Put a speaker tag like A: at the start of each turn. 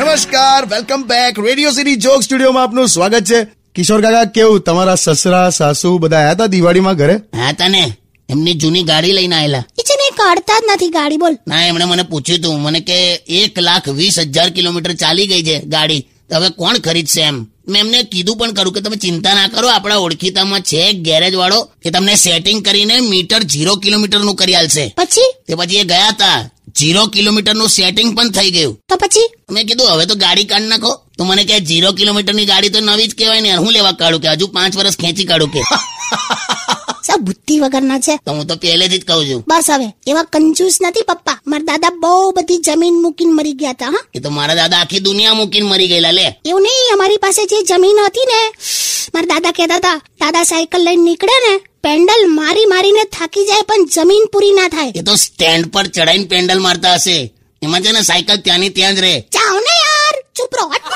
A: નમસ્કાર welcome back Radio City joke સ્ટુડિયોમાં આપનું સ્વાગત છે કિશોર કાકા કેવું તમારા સસરા સાસુ બધા આયા હતા દિવાળીમાં ઘરે
B: હા તને એમની જૂની ગાડી લઈને આયેલા
C: એ છે ને એ કાઢતા જ નથી ગાડી બોલ
B: ના એમણે મને પૂછ્યું તું મને કે એક લાખ વીસ હજાર કિલોમીટર ચાલી ગઈ છે ગાડી તો હવે કોણ ખરીદશે એમ મેં એમને કીધું પણ ખરું કે તમે ચિંતા ના કરો આપણા ઓળખીતામાં છે એક ગેરેજ વાળો કે તમને સેટિંગ કરીને મીટર ઝીરો કિલોમીટરનું કરી આલશે
C: પછી
B: તે પછી એ ગયા હતા ઝીરો કિલોમીટરનું સેટિંગ પણ થઈ ગયું
C: તો પછી
B: મેં કીધું હવે તો ગાડી કાઢ નાખો તો મને કે ઝીરો કિલોમીટરની ગાડી તો નવી જ કહેવાય ને યાર. હું લેવા કાઢું કે હજુ પાંચ વર્ષ ખેંચી કાઢું કે
C: સા બુદ્ધિ વગરના છે
B: તો હું તો પહેલેથી જ કહું છું
C: બસ હવે એવા કંજૂસ નથી પપ્પા મારા દાદા બહુ બધી જમીન મૂકીને મરી ગયા હતા હા
B: એ તો મારા દાદા આખી દુનિયા મૂકીને મરી ગયેલા લે
C: એવું નહીં અમારી પાસે જે જમીન હતી ને મારા દાદા કહેતા હતા દાદા સાયકલ લઈને નીકળે ને પેન્ડલ મારી મારીને થાકી જાય પણ જમીન પૂરી ના થાય
B: એ તો સ્ટેન્ડ પર ચડાઈને પેન્ડલ મારતા હશે એમાં છે ને સાયકલ ત્યાંની ત્યાં જ રહે
C: જાઓ ને યાર ચૂપ રહો હટ.